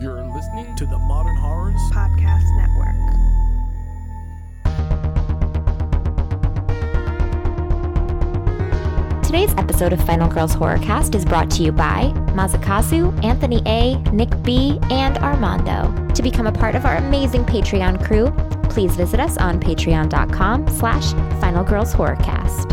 You're listening to the Modern Horrors. Podcast Network. Today's episode of Final Girls Horrorcast is brought to you by Mazakazu, Anthony A, Nick B, and Armando. To become a part of our amazing Patreon crew, please visit us on patreon.com slash Final Girls Horrorcast.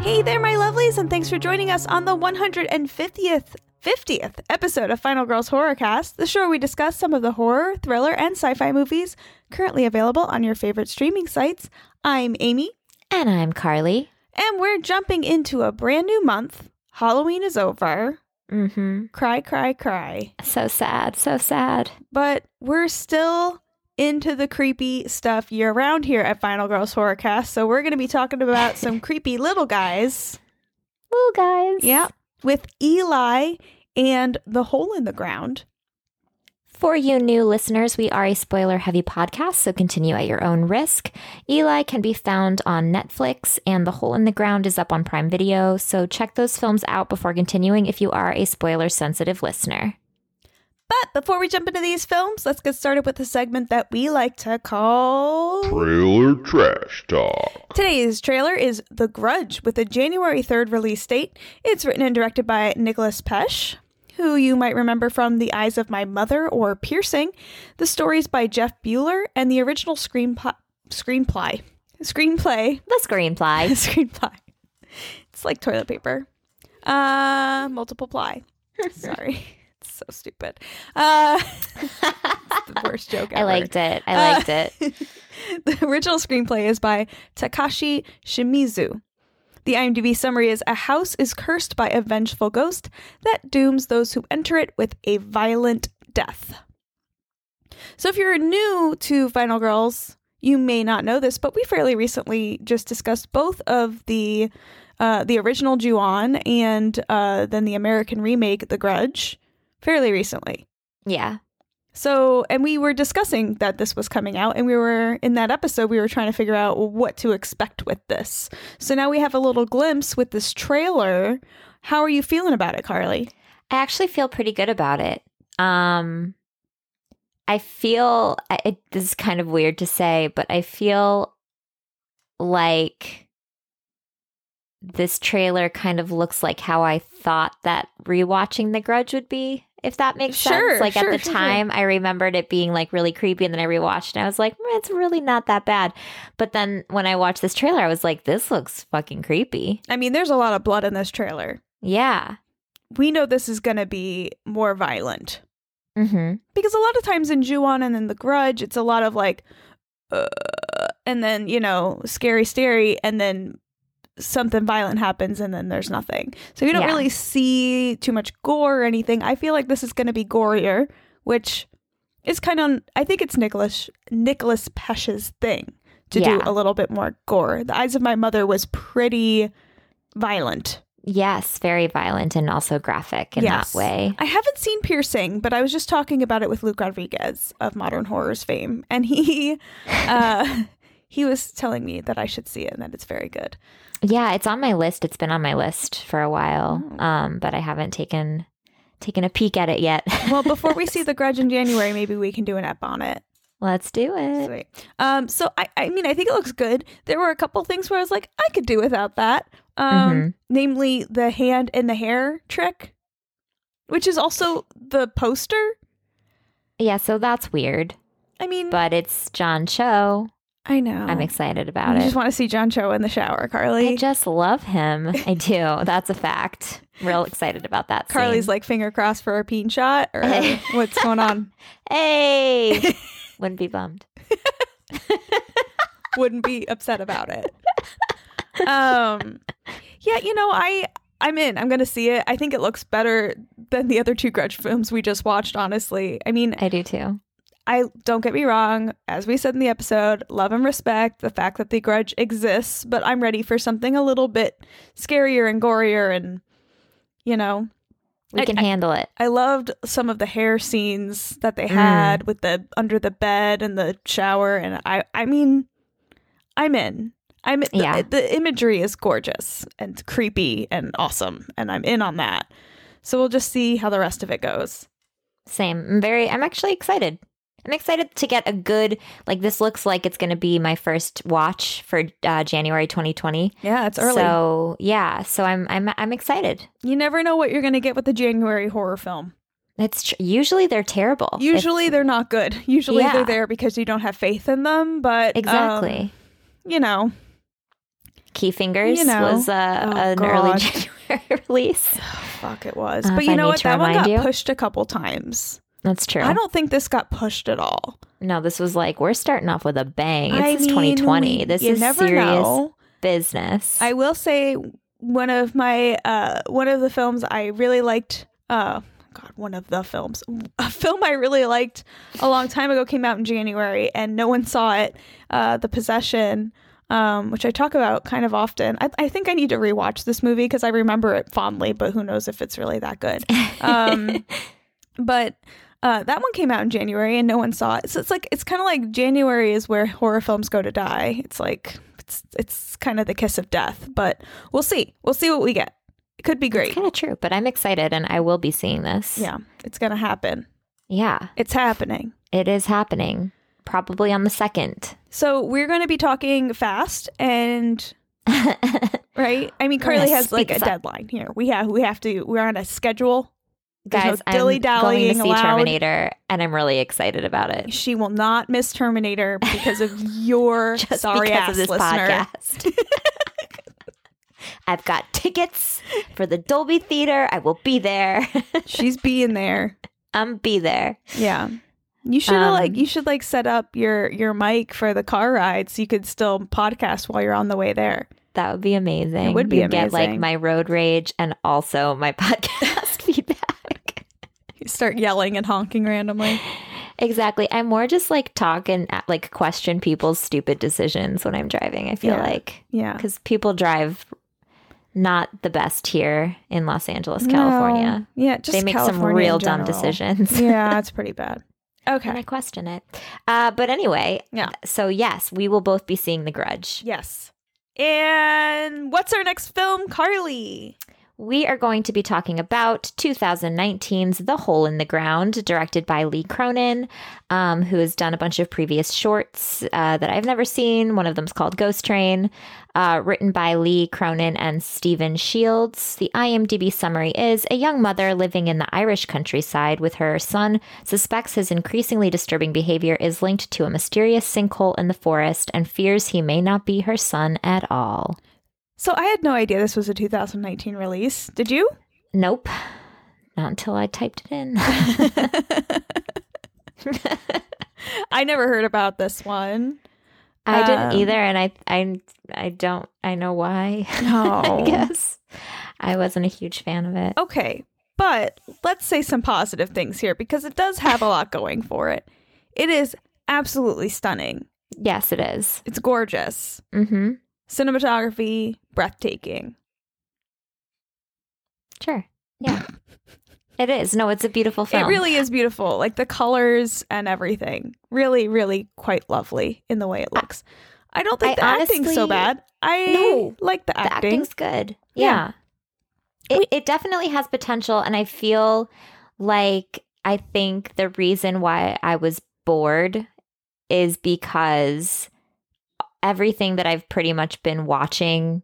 Hey there, my lovelies, and thanks for joining us on the 150th 50th episode of Final Girls Horrorcast, the show where we discuss some of the horror, thriller, and sci-fi movies currently available on your favorite streaming sites. I'm Amy, And I'm Carly. and we're jumping into a brand new month. Halloween is over. Mm-hmm. Cry, cry, cry. So sad, so sad. But we're still into the creepy stuff year round here at Final Girls Horrorcast, so we're going to be talking about some creepy little guys. Little guys. Yeah, with Eli and the hole in the ground. For you new listeners, we are a spoiler heavy podcast, so continue at your own risk. Eli can be found on Netflix, and The Hole in the Ground is up on Prime Video, so check those films out before continuing if you are a spoiler sensitive listener. But before we jump into these films, let's get started with a segment that we like to call. Trailer Trash Talk. Today's trailer is The Grudge with a January 3rd release date. It's written and directed by Nicholas Pesh, who you might remember from The Eyes of My Mother or Piercing. The stories by Jeff Bueller and the original screenpl- screenplay. Screenplay The screenplay. screenplay. It's like toilet paper. Uh, multiple ply. Sorry, it's so stupid. Uh, it's the worst joke ever. I liked it. I liked it. The original screenplay is by Takashi Shimizu. The IMDb summary is A house is cursed by a vengeful ghost that dooms those who enter it with a violent death. So, if you're new to Final Girls, you may not know this, but we fairly recently just discussed both of the uh, the original Ju-on and uh, then the American remake, The Grudge, fairly recently. Yeah. So, and we were discussing that this was coming out, and we were in that episode, we were trying to figure out what to expect with this. So now we have a little glimpse with this trailer. How are you feeling about it, Carly? I actually feel pretty good about it. Um, I feel I, it, this is kind of weird to say, but I feel like this trailer kind of looks like how I thought that rewatching The Grudge would be. If that makes Sure, sense, like sure, at the sure, sure. time, I remembered it being like really creepy, and then I rewatched, and I was like, "Mm, "It's really not that bad." But then when I watched this trailer, I was like, "This looks fucking creepy." I mean, there's a lot of blood in this trailer. Yeah. We know this is going to be more violent Mm-hmm. because a lot of times in Ju-on and in The Grudge, it's a lot of like, uh, and then, you know, scary, stary, and then something violent happens and then there's nothing. So you don't Yeah. really see too much gore or anything. I feel like this is going to be gorier, which is kind of, I think it's Nicholas, Nicholas Pesha's thing to do Yeah. a little bit more gore. The Eyes of My Mother was pretty violent. Yes, very violent and also graphic in Yes. that way. I haven't seen Piercing, but I was just talking about it with Luke Rodriguez of Modern Horrors fame, and he uh, he was telling me that I should see it and that it's very good. Yeah, it's on my list. It's been on my list for a while, Oh. um, but I haven't taken taken a peek at it yet. Well, before we see The Grudge in January, maybe we can do an app on it. let's do it. Sweet. Um, so I, I mean, I think it looks good. There were a couple things where I was like, I could do without that. Um, Mhm. namely the hand and the hair trick, which is also the poster. Yeah, so that's weird, I mean, but it's John Cho. I know. I'm excited about it. I Oh. just want to see John Cho in the shower, Carly. I just love him. I do. That's a fact. Real excited about that. Carly's scene. like finger crossed for a peen shot or what's going on? "Hey, wouldn't be bummed." Wouldn't be upset about it. Um, yeah, you know, I I'm in. I'm gonna see it. I think it looks better than the other two Grudge films we just watched. Honestly, I mean, I do too. I don't get me wrong. As we said in the episode, love and respect the fact that the Grudge exists, but I'm ready for something a little bit scarier and gorier, and you know, We I- can I- handle it. I loved some of the hair scenes that Mm. they had with the under the bed and the shower and I I mean I'm in. I'm the, Yeah. the imagery is gorgeous and creepy and awesome, and I'm in on that. So we'll just see how the rest of it goes. Same. I'm very I'm actually excited. I'm excited to get a good like this looks like it's going to be my first watch for uh, January 2020. Yeah, it's early. So, yeah, so I'm I'm I'm excited. you never know what you're going to get with a January horror film. It's tr- usually they're terrible. If- Usually they're not good. Usually Oh, Yeah. they're there because you don't have faith in them, but um, exactly. you know, Key Fingers you know. was uh, Oh, an God. early January release. fuck it was. Uh, but if you I know need what? to That one remind got you. pushed a couple times. That's true. I don't think this got pushed at all. no, this was like we're starting off with a bang. I This is mean, 2020. we- this you is never serious know. business. I will say one of my uh one of the films I really liked uh god one of the films a film I really liked a long time ago came out in January and no one saw it uh The Possession um which I talk about kind of often. I I think I need to rewatch this movie because I remember it fondly but who knows if it's really that good. Um but uh, that one came out in January and no one saw it. So it's like it's kind of like January is where horror films go to die. It's like it's it's kind of the kiss of death, but we'll see. We'll see what we get. It could be It's great. kind of true, but I'm excited and I will be seeing this. Yeah, it's gonna happen. Yeah. It's happening. It is happening. Probably on the second. So we're gonna be talking fast and Guys, right. I mean, We're gonna Carly has speak like a us up. deadline here. We have we have to. We're on a schedule. There's no I'm going to dilly-dallying see allowed. Terminator and I'm really excited about it. She will not miss Terminator because of your Just sorry because ass of this listener. podcast. I've got tickets for the Dolby Theater. I will be there. She's being there. I'm be there. Yeah. You should Um, like you should like set up your your mic for the car ride so you could still podcast while you're on the way there. That would be amazing. It would be You'd Get like amazing. my road rage and also my podcast feedback. You start yelling and honking randomly. exactly. I'm more just like talk and uh, like question people's stupid decisions when I'm driving. I feel Yeah. like Yeah. because people drive not the best here in Los Angeles, California. No. Yeah, just they make some California in real dumb general. decisions. yeah, it's pretty bad. And I Okay. question it. Uh, but anyway, Yeah. so yes, we will both be seeing The Grudge. Yes. And what's our next film, Carly? We are going to be talking about 2019's The Hole in the Ground, directed by Lee Cronin, um, who has done a bunch of previous shorts uh, that I've never seen. One of them's called Ghost Train, uh, written by Lee Cronin and Stephen Shields. The IMDb summary is A young mother living in the Irish countryside with her son suspects his increasingly disturbing behavior is linked to a mysterious sinkhole in the forest and fears he may not be her son at all. So I had no idea this was a 2019 release. Did you? Nope. Not until I typed it in. I never heard about this one. I didn't Um, either, and I I I don't I know why. No. I guess I wasn't a huge fan of it. Okay, but let's say some positive things here because it does have a lot going for it. It is absolutely stunning. Yes, it is. It's gorgeous. Mm-hmm. Cinematography, breathtaking. Sure. Yeah. it is. No, it's a beautiful film. It really is beautiful. Like the colors and everything. Really, really quite lovely in the way it looks. I don't think I the acting's so honestly- bad. I No. like the the acting. acting's good. Yeah. Yeah. It it definitely has potential and I feel like I think the reason why I was bored is because everything that I've pretty much been watching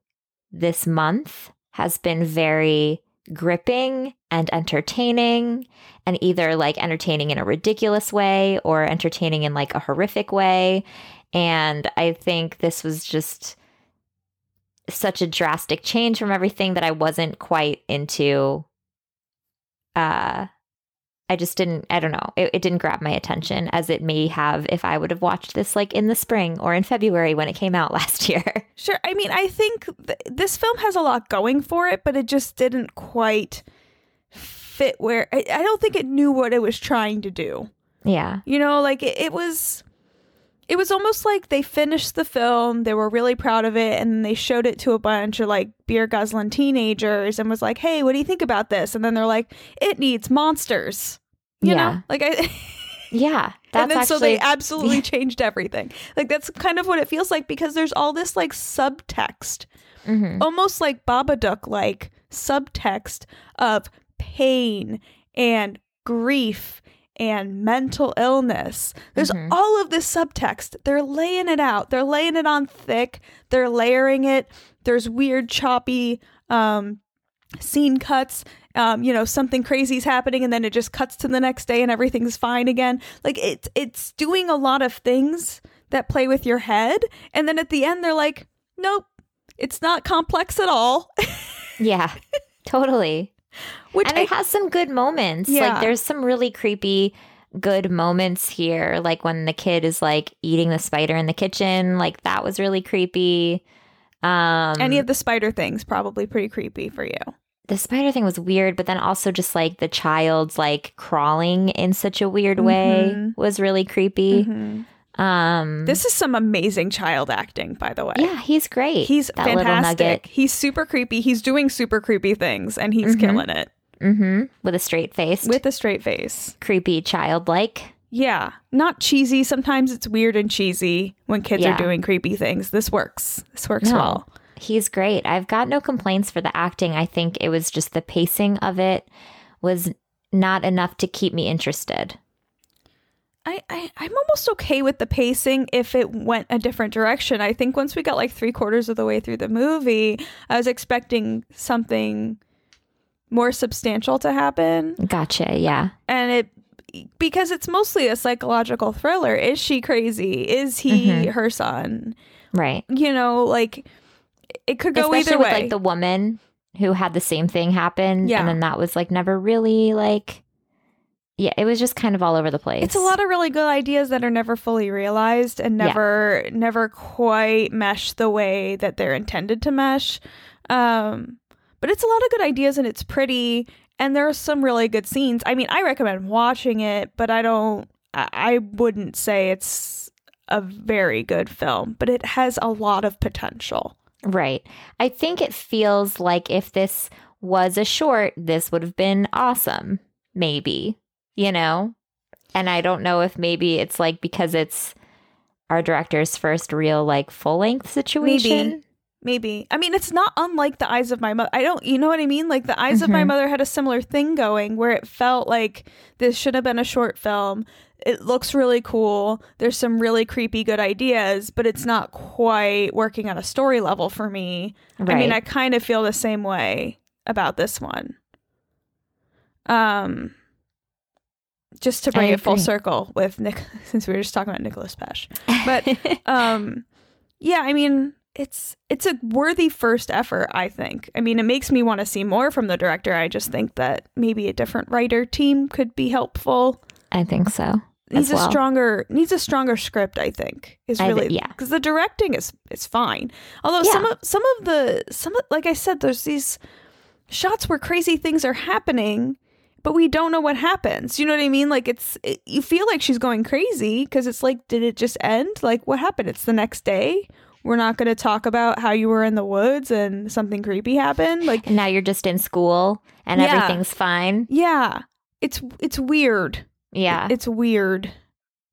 this month has been very gripping and entertaining and either like entertaining in a ridiculous way or entertaining in like a horrific way and I think this was just such a drastic change from everything that I wasn't quite into. Uh, I just didn't, I don't know, it, it didn't grab my attention as it may have if I would have watched this like in the spring or in February when it came out last year. Sure. I mean, I think th- this film has a lot going for it, but it just didn't quite fit where I, I don't think it knew what it was trying to do. yeah. You know, like it, it was it was almost like they finished the film, they were really proud of it, and they showed it to a bunch of like beer guzzling teenagers and was like, Hey, what do you think about this? And then they're like, It needs monsters. You Yeah. know? Like I Yeah, that's and then actually so they absolutely yeah. changed everything. Like that's kind of what it feels like because there's all this like subtext, Mhm. almost like Babadook like subtext of pain and grief and mental illness. There's Mhm. all of this subtext. They're laying it out. They're laying it on thick. They're layering it. There's weird choppy um scene cuts. Um, you know, something crazy's happening and then it just cuts to the next day and everything's fine again. Like it's it's doing a lot of things that play with your head and then at the end they're like, "Nope. It's not complex at all." yeah, totally. Which and I it has some good moments. Yeah. Like there's some really creepy good moments here, like when the kid is like eating the spider in the kitchen, like that was really creepy. Um any of the spider things probably pretty creepy for you. the spider thing was weird, but then also just like the child's like crawling in such a weird way Mhm. was really creepy. Um Mm-hmm. This is some amazing child acting, by the way. Yeah, he's great. He's that little fantastic. nugget. He's super creepy. He's doing super creepy things and he's Mhm. killing it Mm-hmm. With a straight face. with a straight face. creepy childlike. Yeah. Not cheesy. Sometimes it's weird and cheesy when kids Yeah. are doing creepy things. This works. This works No. well. He's great. I've got no complaints for the acting. I think it was just the pacing of it was not enough to keep me interested. I, I, I'm almost okay with the pacing if it went a different direction. I think once we got like three quarters of the way through the movie, I was expecting something more substantial to happen. Gotcha. Yeah. and it because it's mostly a psychological thriller is she crazy is he Mhm. her son Right. you know like it could go Especially either with way like the woman who had the same thing happen. Yeah. And then that was like never really like Yeah, it was just kind of all over the place. it's a lot of really good ideas that are never fully realized and Yeah. never never quite mesh the way that they're intended to mesh um but it's a lot of good ideas and it's pretty and there are some really good scenes i mean i recommend watching it but i don't i, I wouldn't say it's a very good film but it has a lot of potential Right. I think it feels like if this was a short, this would have been awesome, maybe, you know? And I don't know if maybe it's like because it's our director's first real, like, full length situation. Maybe. I mean, it's not unlike the eyes of my mother. I don't, you know what I mean? Like, the eyes of my Mhm. mother had a similar thing going where it felt like this should have been a short film. It looks really cool. There's some really creepy, good ideas, but it's not quite working on a story level for me. Right. I mean, I kind of feel the same way about this one. Um, just to I bring it full agree. circle with Nick, since we were just talking about Nicholas Pesh but- um yeah i mean it's it's a worthy first effort i think i mean it makes me want to see more from the director i just think that maybe a different writer team could be helpful I think so. needs As well. a stronger needs a stronger script i think is I thi- really yeah. because the directing is is fine although some of some of the some of, like i said there's these shots where crazy things are happening but we don't know what happens you know what i mean like it's it, you feel like she's going crazy because it's like did it just end like what happened it's the next day we're not going to talk about how you were in the woods and something creepy happened like And now you're just in school and Yeah. everything's fine. yeah it's it's weird Yeah. it's weird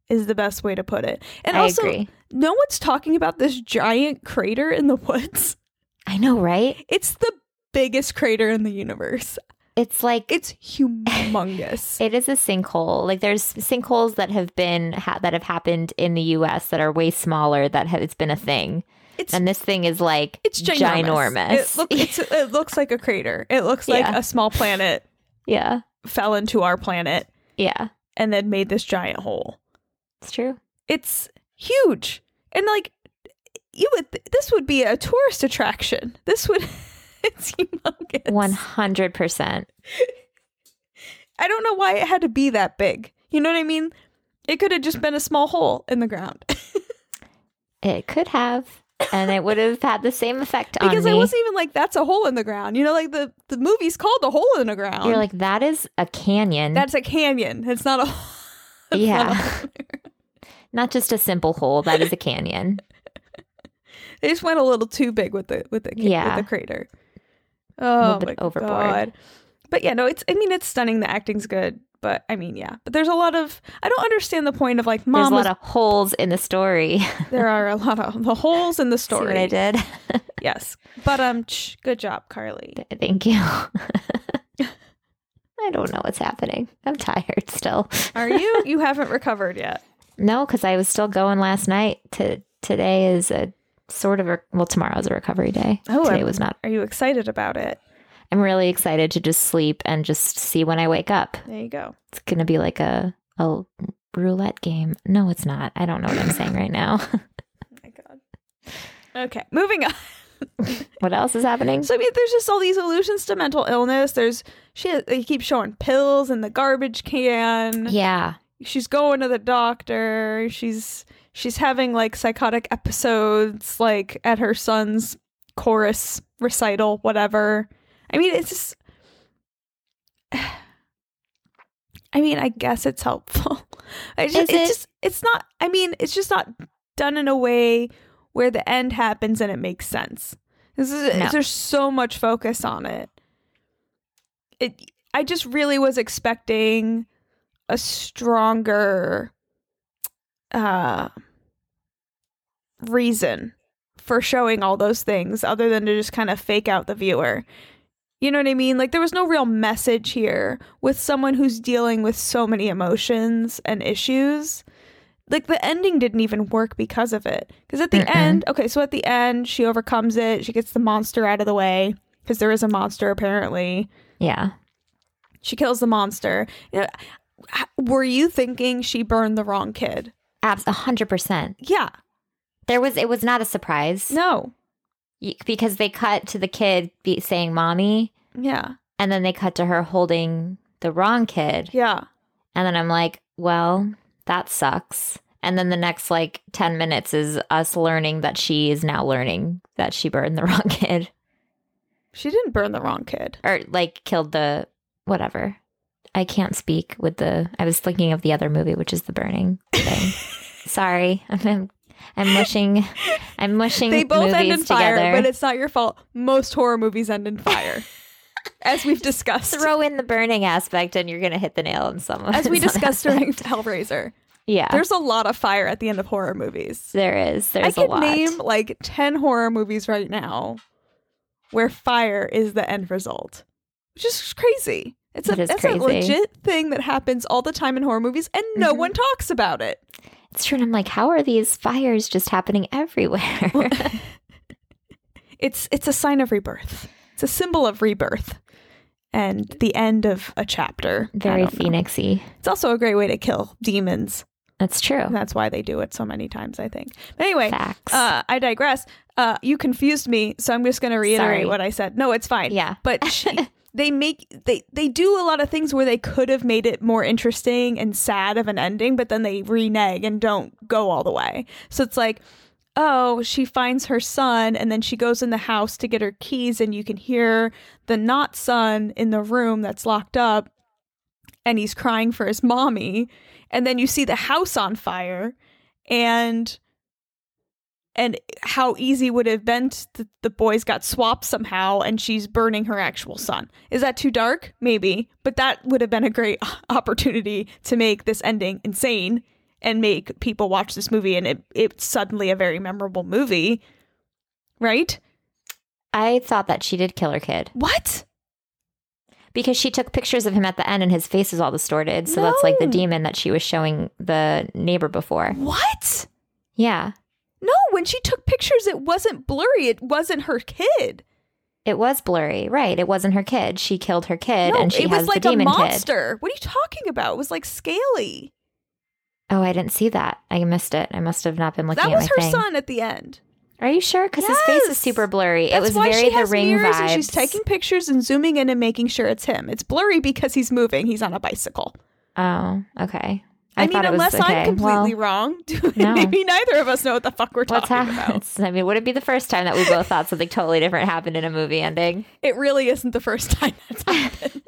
is the best way to put it and I also agree. no one's talking about this giant crater in the woods I know, right? it's the biggest crater in the universe It's like it's humongous It is a sinkhole. Like there's sinkholes that have been ha- that have happened in the U.S. that are way smaller. That have, it's been a thing, it's and this thing is like It's ginormous. It, look, it's, it looks like a crater. It looks like Yeah. a small planet yeah, fell into our planet yeah, and then made this giant hole. it's true. It's huge. And like you would th- this would be a tourist attraction. This would it's humongous. One hundred percent. I don't know why it had to be that big. You know what I mean? It could have just been a small hole in the ground. It could have, and it would have had the same effect on because me. I wasn't even like that's a hole in the ground. You know like the the movie's called a hole in the ground. You're like that is a canyon. that's a canyon. It's not a it's not a yeah. Not just a simple hole. That is a canyon. They just went a little too big with the with the ca- Yeah. with the crater. Oh, bit my overboard. God. But yeah, no, it's. I mean, it's stunning. The acting's good. But I mean, yeah. But there's a lot of I don't understand the point of like There's mom. a lot was- of holes in the story. there are a lot of the holes in the See story. what I did? Yes, but um, tch, good job, Carly. Thank you. I don't know what's happening. I'm tired still. Are you? You haven't recovered yet. No, because I was still going last night. To today is a sort of a well, tomorrow's a recovery day. Oh, today I'm- was not. Are you excited about it? I'm really excited to just sleep and just see when I wake up. There you go. Oh It's gonna be like a a roulette game. No, it's not. I don't know what I'm saying right now. Oh my God. Okay, moving on. what else is happening? So I mean, there's just all these allusions to mental illness. There's she. They keep showing pills in the garbage can. Yeah, She's going to the doctor. She's she's having like psychotic episodes, like at her son's chorus recital, whatever. I mean, it's just. I mean, I guess it's helpful. I just, Is it's it- just it's not. I mean, it's just not done in a way where the end happens and it makes sense. This is No. there's so much focus on it. It I just really was expecting a stronger uh reason for showing all those things other than to just kind of fake out the viewer. You know what I mean? Like there was no real message here with someone who's dealing with so many emotions and issues. Like the ending didn't even work because of it. Because at the Mm-mm. end, okay, so at the end, she overcomes it. She gets the monster out of the way because there is a monster apparently. yeah. She kills the monster. You know, h- were you thinking she burned the wrong kid? Abs a hundred percent. Yeah. There was it was not a surprise No. Y- because they cut to the kid be, saying "mommy," Yeah. and then they cut to her holding the wrong kid. Yeah. And then I'm like, well, that sucks. And then the next like 10 minutes is us learning that she is now learning that she burned the wrong kid She didn't burn the wrong kid. or like killed the whatever. I can't speak with the. I was thinking of the other movie, which is the burning thing. Sorry. I'm, I'm mushing. I'm mushing They both movies end in fire, together. but it's not your fault. Most horror movies end in fire, as we've discussed. Throw in the burning aspect and you're going to hit the nail on someone. as we It's not discussed happening. during Hellraiser, Yeah. There's, there's a lot of fire at the end of horror movies. there is. I There's a could lot. name like 10 horror movies right now where fire is the end result, which is crazy. It's a, That is that's crazy. a legit thing that happens all the time in horror movies, and no Mhm. one talks about it. It's true. And I'm like, how are these fires just happening everywhere? Well, it's it's a sign of rebirth. It's a symbol of rebirth and the end of a chapter. I Very don't know. phoenixy. It's also a great way to kill demons. That's true. That's why they do it so many times, I think. But anyway, Facts. uh, I digress. Uh, you confused me, so I'm just going to reiterate Sorry. what I said. No, it's fine. yeah. But she, they make they they do a lot of things where they could have made it more interesting and sad of an ending, but then they renege and don't go all the way. So it's like, oh, she finds her son, and then she goes in the house to get her keys, and you can hear the not son in the room that's locked up, and he's crying for his mommy, and then you see the house on fire, and and how easy would it have been t- that the boys got swapped somehow and she's burning her actual son. Is that too dark? Maybe, but that would have been a great opportunity to make this ending insane and make people watch this movie and it it's suddenly a very memorable movie. Right? I thought that she did kill her kid What? because she took pictures of him at the end and his face is all distorted. So that's like the No. demon that she was showing the neighbor before. What? Yeah. No, when she took pictures it wasn't blurry, it wasn't her kid. It was blurry. Right. It wasn't her kid. She killed her kid no, and she it has was like the a demon kid. monster. What are you talking about? It was like scaly. Oh, I didn't see that. I missed it. I must have not been looking That at my was her thing. son at the end. Are you sure? Because his face Yes. is super blurry. That's it was why very she has the ring mirrors vibes. and she's taking pictures and zooming in and making sure it's him. It's blurry because he's moving. He's on a bicycle. Oh, okay. I, mean, thought it was- unless okay, I'm well- completely wrong, no. maybe neither of us know what the fuck we're What's talking happened? about. I mean, would it be the first time that we both thought something totally different happened in a movie ending? It really isn't the first time that's happened.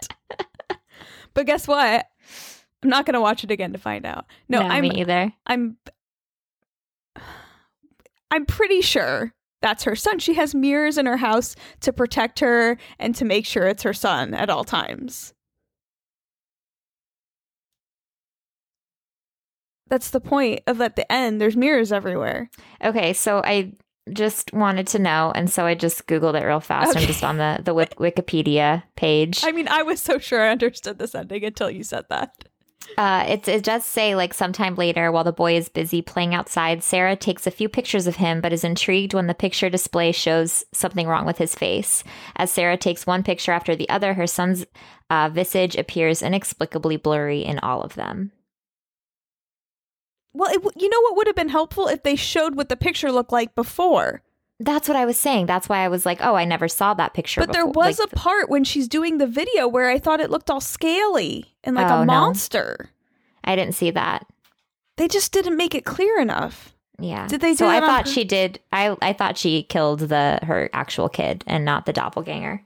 but guess what? I'm not gonna watch it again to find out. No, I'm me either. I'm I'm pretty sure that's her son. She has mirrors in her house to protect her and to make sure it's her son at all times. That's the point of at the end, there's mirrors everywhere. Okay, so I just wanted to know, and so I just googled it real fast. I'm Okay. just on the the Wik- Wikipedia page. I mean, I was so sure I understood this ending until you said that. Uh, it it does say like sometime later, while the boy is busy playing outside, Sarah takes a few pictures of him, but is intrigued when the picture display shows something wrong with his face. As Sarah takes one picture after the other, her son's uh, visage appears inexplicably blurry in all of them. Well, it, w- you know what would have been helpful if they showed what the picture looked like before. That's what I was saying. That's why I was like, oh, I never saw that picture. but there before. was Like, a part when she's doing the video where I thought it looked all scaly and like Oh, no. a monster. I didn't see that. They just didn't make it clear enough. Yeah. Did they So do I that on thought pur- she did. I I thought she killed the her actual kid and not the doppelganger.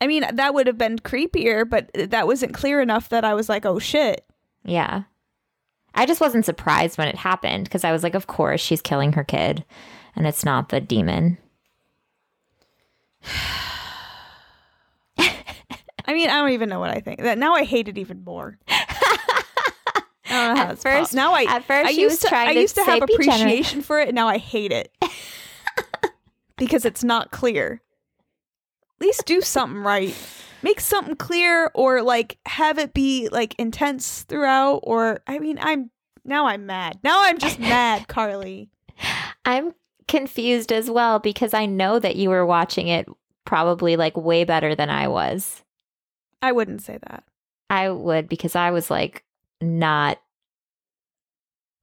I mean, that would have been creepier, but that wasn't clear enough that I was like, oh shit. Yeah. I just wasn't surprised when it happened because I was like, of course she's killing her kid and it's not the demon. I mean, I don't even know what I think. That now I hate it even more. I don't know how At it's pos- first- now I at first I she used was to trying I to used to say, have "Be generous." appreciation for it, and now I hate it because it's not clear. At least do something right. Make something clear, or like have it be like intense throughout. Or I mean, I'm now I'm mad. Now I'm just mad, Carly. I'm confused as well because I know that you were watching it probably like way better than I was. I wouldn't say that. I would because I was like not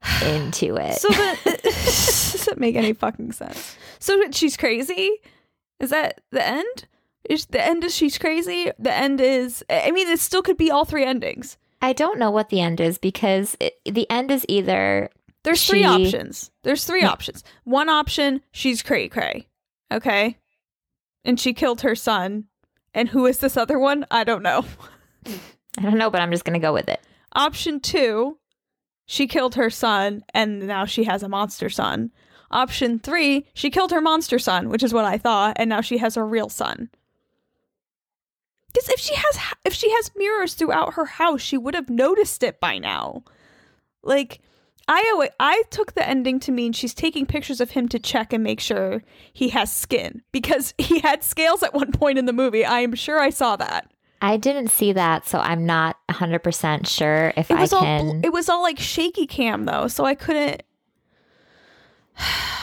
into it. So that doesn't make any fucking sense. So that she's crazy. Is that the end? Is the end is she's crazy? The end is. I mean, it still could be all three endings. I don't know what the end is because it, the end is either There's three She- options. There's three Yeah. options. One option, she's cray cray. Okay, and she killed her son. And who is this other one? I don't know. I don't know, but I'm just gonna go with it. Option two, she killed her son, and now she has a monster son. Option three, she killed her monster son, which is what I thought, and now she has a real son. Because if she has if she has mirrors throughout her house, she would have noticed it by now. Like I alwa- I took the ending to mean she's taking pictures of him to check and make sure he has skin because he had scales at one point in the movie. I am sure I saw that. I didn't see that, so I'm not 100% sure if It was I all can. bl- it was all like shaky cam though, so I couldn't.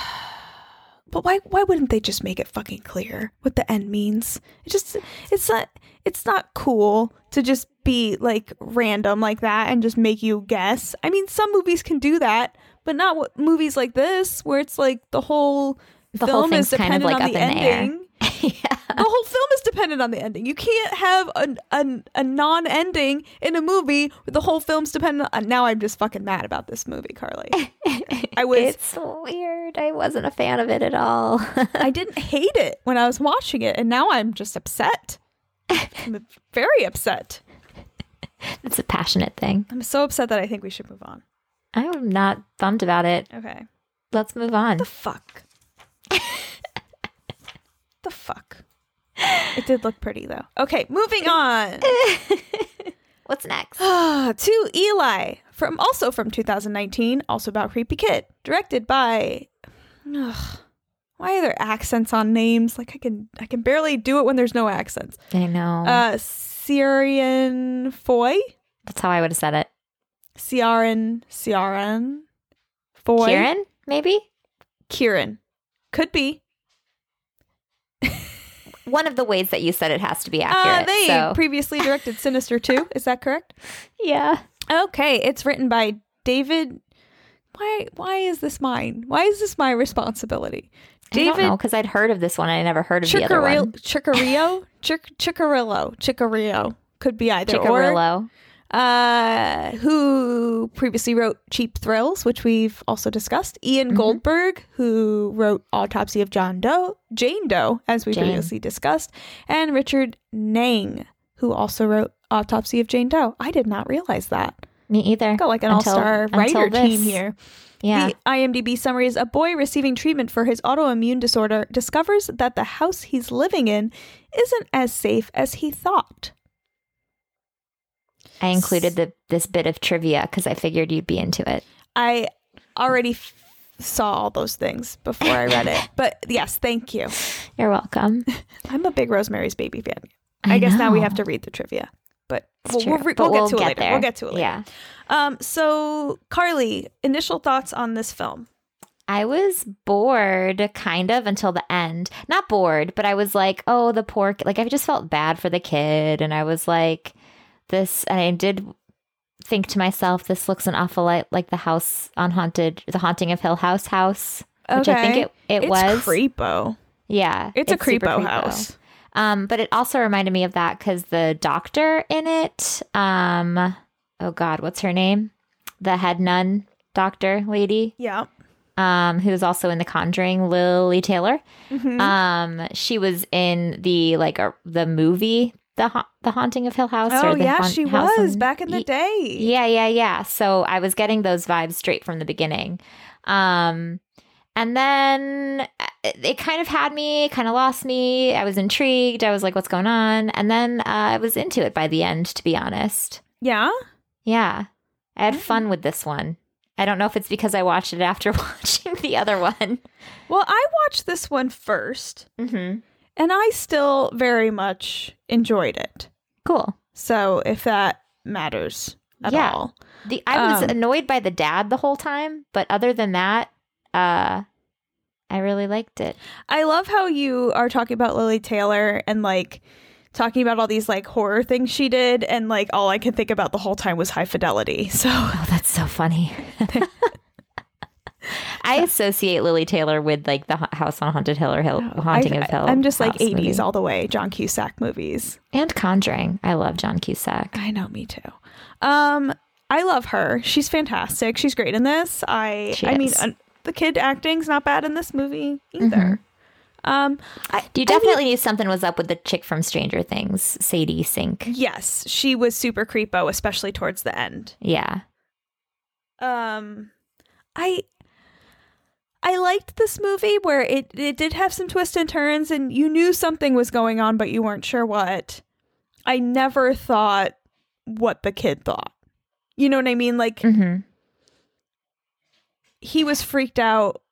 But why why wouldn't they just make it fucking clear what the end means? It just it's not it's not cool to just be like random like that and just make you guess. I mean, some movies can do that, but not what, movies like this where it's like the whole The whole film is thing's kind of, like, dependent on the up in the air. ending yeah. the whole film is dependent on the ending. You can't have an, an, a non ending in a movie where the whole film's dependent on. Now I'm just fucking mad about this movie, Carly. I was- It's weird. I wasn't a fan of it at all. I didn't hate it when I was watching it, and now I'm just upset. I'm very upset. it's a passionate thing. I'm so upset that I think we should move on. I'm not bummed about it. Okay. Let's move on. The fuck. the fuck. It did look pretty, though. Okay, moving on. What's next? Ah, to Eli from also from 2019, also about creepy kid, directed by. Ugh, why are there accents on names? Like I can I can barely do it when there's no accents. I know. Uh, Syrian Foy, That's how I would have said it. Ciaran, Ciaran, Foy, Kieran, maybe? Kieran, could be. One of the ways that you said it has to be accurate. Uh, they so- previously directed Sinister 2. Is that correct? yeah. Okay, it's written by David. Why why is this mine? Why is this my responsibility? I don't know because I'd heard of this one. I never heard of the other Chicoril- one. Chicorio, Chic- Chicorillo, Chicorio could be either or. Chicarillo. Uh, who previously wrote Cheap Thrills, which we've also discussed. Ian Mm-hmm. Goldberg, who wrote Autopsy of John Doe, Jane Doe, as we Jane. previously discussed, and Richard Nang, who also wrote Autopsy of Jane Doe. I did not realize that. Me either. Got like an Until- all-star until writer team this. here. Yeah. The IMDb summary is a boy receiving treatment for his autoimmune disorder discovers that the house he's living in isn't as safe as he thought. I included the this bit of trivia because I figured you'd be into it. I already f- saw all those things before I read it. But yes, thank you. You're welcome. I'm a big Rosemary's Baby fan. I, I guess now we know. have to read the trivia. But It's we'll, we'll, true, re- but we'll, we'll get get to it later. there. We'll get to it later. Yeah. Um, so, Carly, initial thoughts on this film? I was bored kind of until the end. Not bored, but I was like, oh, the poor ki- like I just felt bad for the kid and I was like this and I did think to myself this looks an awful lot like the house on haunted the haunting of Hill House house, which I think it it it's was. creepo. yeah. It's, a super creepo house. Um, but it also reminded me of that because the doctor in it, um, oh God, what's her name? The head nun doctor lady, Yeah. um, who's also in The Conjuring, Lily Taylor. Mhm. Um, she was in the like a, the movie, the ha- the Haunting of Hill House. oh or the yeah, Haunt she House was on- back in the Ye- day. yeah, yeah, yeah. So I was getting those vibes straight from the beginning. Um and then uh, it kind of had me, kind of lost me. I was intrigued. I was like, what's going on? And then uh, I was into it by the end, to be honest. Yeah. Yeah. I had Mm. fun with this one. I don't know if it's because I watched it after watching the other one. Well, I watched this one first, Mm-hmm. and I still very much enjoyed it. Cool. So, if that matters at Yeah. all, The I was Um, annoyed by the dad the whole time, but other than that, uh, I really liked it. I love how you are talking about Lily Taylor and like talking about all these like horror things she did, and like all I could think about the whole time was High Fidelity. So, Oh, that's so funny. I associate Lily Taylor with like the Ha- House on Haunted Hill or Hill, Oh, Haunting Oh, I, of Hill. I'm just like House 80s movie. all the way, John Cusack movies. and Conjuring. I love John Cusack. I know, me too. Um, I love her. She's fantastic. She's great in this. I, She I mean, is. uh, the kid acting's not bad in this movie either. Um, I, Mm-hmm. You definitely knew something was up with the chick from Stranger Things, Sadie Mm-hmm. Sink. yes, she was super creepo, especially towards the end. Yeah, Um, I. I liked this movie where it, it did have some twists and turns, and you knew something was going on, but you weren't sure what. I never thought what the kid thought. You know what I mean? Like, hmm he was freaked out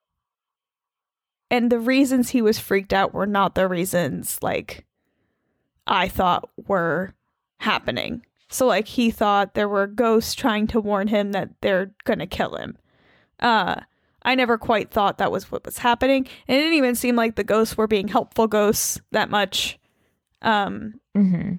and the reasons he was freaked out were not the reasons like i thought were happening so like he thought there were ghosts trying to warn him that they're gonna kill him uh i never quite thought that was what was happening and it didn't even seem like the ghosts were being helpful ghosts that much um hmm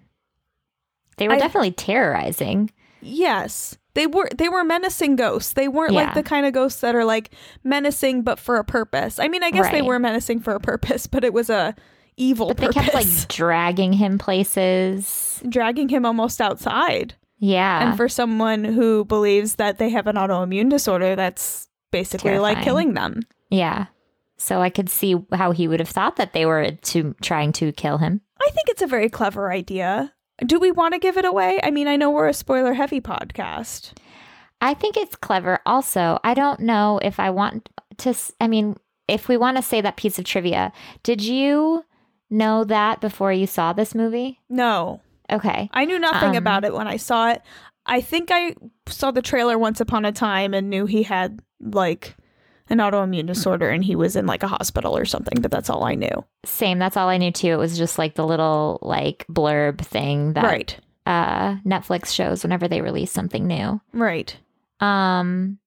they were I- definitely terrorizing. Yes. They were they were menacing ghosts. They weren't like Yeah. the kind of ghosts that are like menacing but for a purpose. I mean, I guess they Right. were menacing for a purpose, but it was a evil But they purpose. kept like dragging him places. dragging him almost outside. Yeah, And for someone who believes that they have an autoimmune disorder, that's basically like Terrifying. killing them. yeah. So I could see how he would have thought that they were to trying to kill him. I think it's a very clever idea. Do we want to give it away? I mean, I know we're a spoiler heavy podcast. I think it's clever. Also, I don't know if I want to. s- I mean, if we want to say that piece of trivia, did you know that before you saw this movie? No. Okay. I knew nothing Um, about it when I saw it. I think I saw the trailer once upon a time and knew he had like an autoimmune disorder and he was in like a hospital or something, but that's all I knew. Same. That's all I knew too. It was just like the little like blurb thing that Right. uh, Netflix shows whenever they release something new. Right. Um.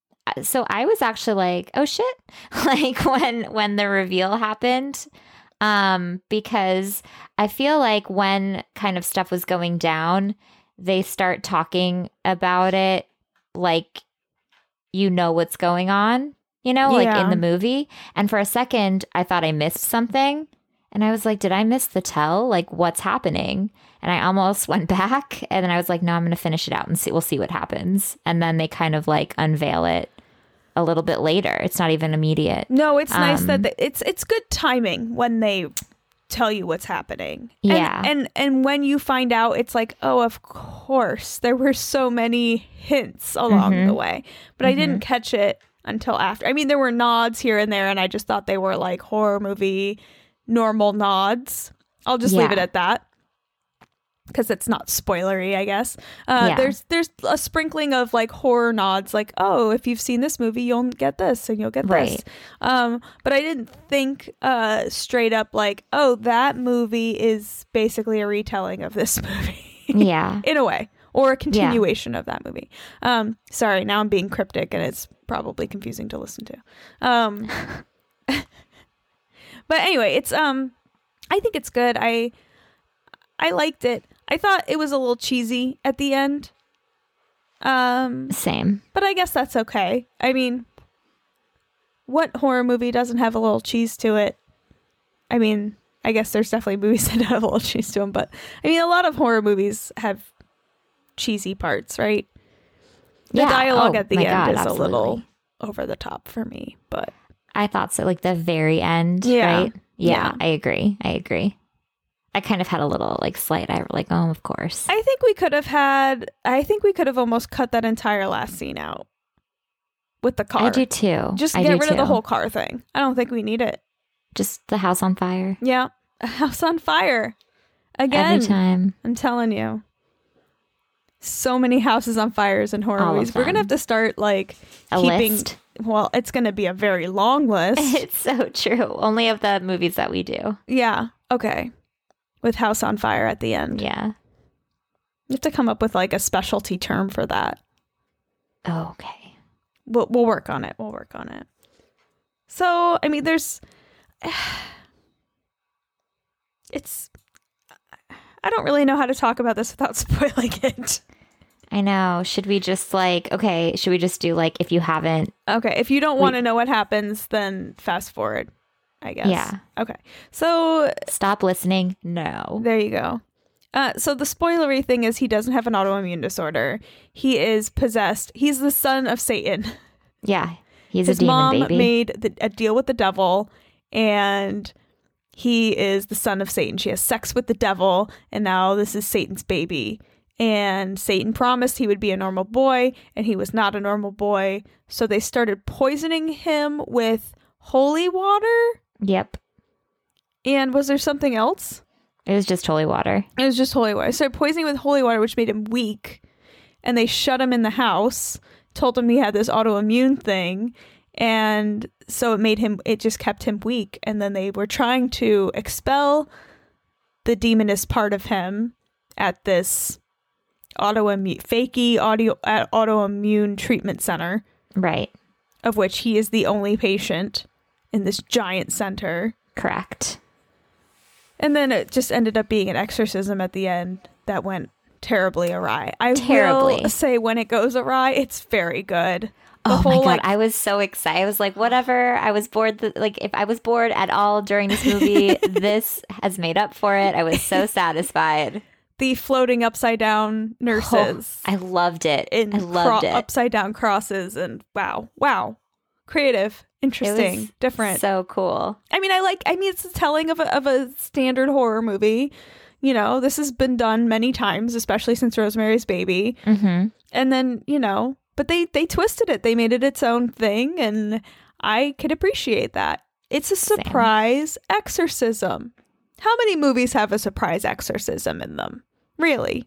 So I was actually like, oh shit, like when when the reveal happened, um, because I feel like when kind of stuff was going down, they start talking about it like you know what's going on, you know, like Yeah. in the movie. And for a second, I thought I missed something. And I was like, did I miss the tell? Like, what's happening? And I almost went back. And then I was like, no, I'm going to finish it out and see, we'll see what happens. And then they kind of like unveil it a little bit later. It's not even immediate. No, it's nice that Um, they, it's it's good timing when they tell you what's happening. And- Yeah. And, and when you find out it's like, "Oh, of course. There were so many hints along Mhm. the way." But I didn't Mm-hmm. catch it until after. I mean, there were nods here and there and I just thought they were like horror movie normal nods. I'll just leave Yeah. it at that. because it's not spoilery, I guess. Uh, Yeah. There's there's a sprinkling of like horror nods, like oh, if you've seen this movie, you'll get this and you'll get this. Right. Um, but I didn't think uh, straight up like oh, that movie is basically a retelling of this movie yeah. in a way or a continuation of that movie. Um, sorry, now I'm being cryptic and it's probably confusing to listen to. Um, but anyway, it's um, I think it's good. I I liked it. I thought it was a little cheesy at the end. Um, Same. but I guess that's okay. I mean, what horror movie doesn't have a little cheese to it? I mean, I guess there's definitely movies that have a little cheese to them, but I mean, a lot of horror movies have cheesy parts, right? The Yeah. dialogue Oh, at the my God, end is a little absolutely. over the top for me, but I thought so. Like the very end, Yeah. right? Yeah, Yeah. I agree. I agree. I kind of had a little like slight. I like, oh, of course. I think we could have had. I think we could have almost cut that entire last scene out with the car. I do too. Just I get do rid of the too. whole car thing. I don't think we need it. Just the house on fire Yeah, a house on fire again. every time. I'm telling you. So many houses on fires in horror All of movies. We're gonna them. have to start like A keeping. list. Well, it's gonna be a very long list. It's so true. Only of the movies that we do. yeah. Okay. With house on fire at the end, Yeah. you have to come up with like a specialty term for that. Oh, okay. We'll we'll work on it. We'll work on it. So I mean, there's. It's. I don't really know how to talk about this without spoiling it. I know. Should we just like okay? Should we just do like if you haven't? Okay, if you don't want to know what happens, then fast forward, I guess. Yeah. Okay. So Stop listening. No. there you go. Uh, so the spoilery thing is he doesn't have an autoimmune disorder. He is possessed. He's the son of Satan. Yeah. He's His a demon mom baby. made the, a deal with the devil, and he is the son of Satan. She has sex with the devil, and now this is Satan's baby. And Satan promised he would be a normal boy, and he was not a normal boy. So they started poisoning him with holy water. yep. And was there something else? It was just holy water. It was just holy water. So started poisoning with holy water, which made him weak. And they shut him in the house, told him he had this autoimmune thing. And so it made him, it just kept him weak. And then they were trying to expel the demonist part of him at this autoimmune, fakey audio, uh, autoimmune treatment center, Right. of which he is the only patient in this giant center. Correct. And then it just ended up being an exorcism at the end that went terribly awry. I will Terribly. say when it goes awry, it's very good. The Oh my whole, god, like- I was so excited. I was like, whatever. I was bored. th- like, if I was bored at all during this movie, this has made up for it. I was so satisfied. the floating upside down nurses I loved it. and Oh, I loved cro- it. upside down crosses and wow, wow. Creative, It was interesting, different. So cool. I mean, I like I mean it's the telling of a of a standard horror movie. You know, this has been done many times, especially since Rosemary's Baby. Mm-hmm. and then you know but they they twisted it they made it its own thing and i could appreciate that it's a Same. surprise exorcism how many movies have a surprise exorcism in them really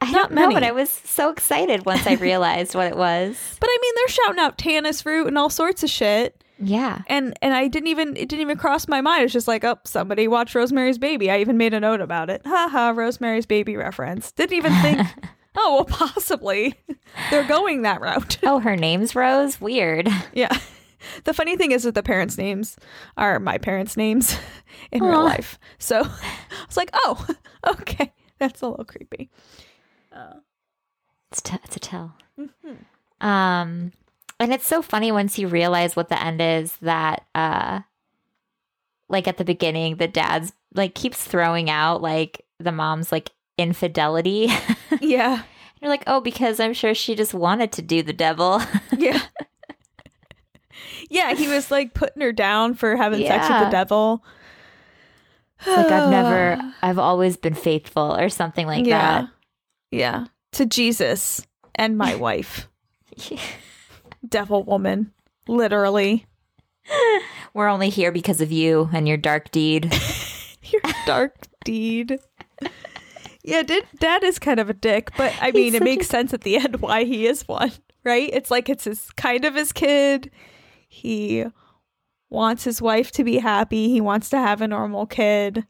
I Not don't know, but many. I was so excited once I realized what it was. but i mean they're shouting out tanis root and all sorts of shit Yeah. and and i didn't even it didn't even cross my mind it's just like oh somebody watch rosemary's baby i even made a note about it haha rosemary's baby reference didn't even think oh well possibly they're going that route Oh, her name's Rose. Weird. Yeah. The funny thing is that the parents' names are my parents' names in real Aw. life. So I was like, oh, okay. That's a little creepy. Oh. It's, t- it's a tell. Mm-hmm. Um, and it's so funny once you realize what the end is that, uh, like at the beginning, the dad's like keeps throwing out like the mom's like infidelity. Yeah. You're like, oh, because I'm sure she just wanted to do the devil. Yeah. yeah. He was like putting her down for having sex with the Yeah. devil. like I've never, I've always been faithful or something like yeah. Yeah. To Jesus and my wife, that. devil woman, literally. We're only here because of you and your dark deed. Your dark deed. Yeah, did, dad is kind of a dick, but I mean, it such makes sense at the end why he is one, right? It's like it's his kind of his kid. He wants his wife to be happy. He wants to have a normal kid,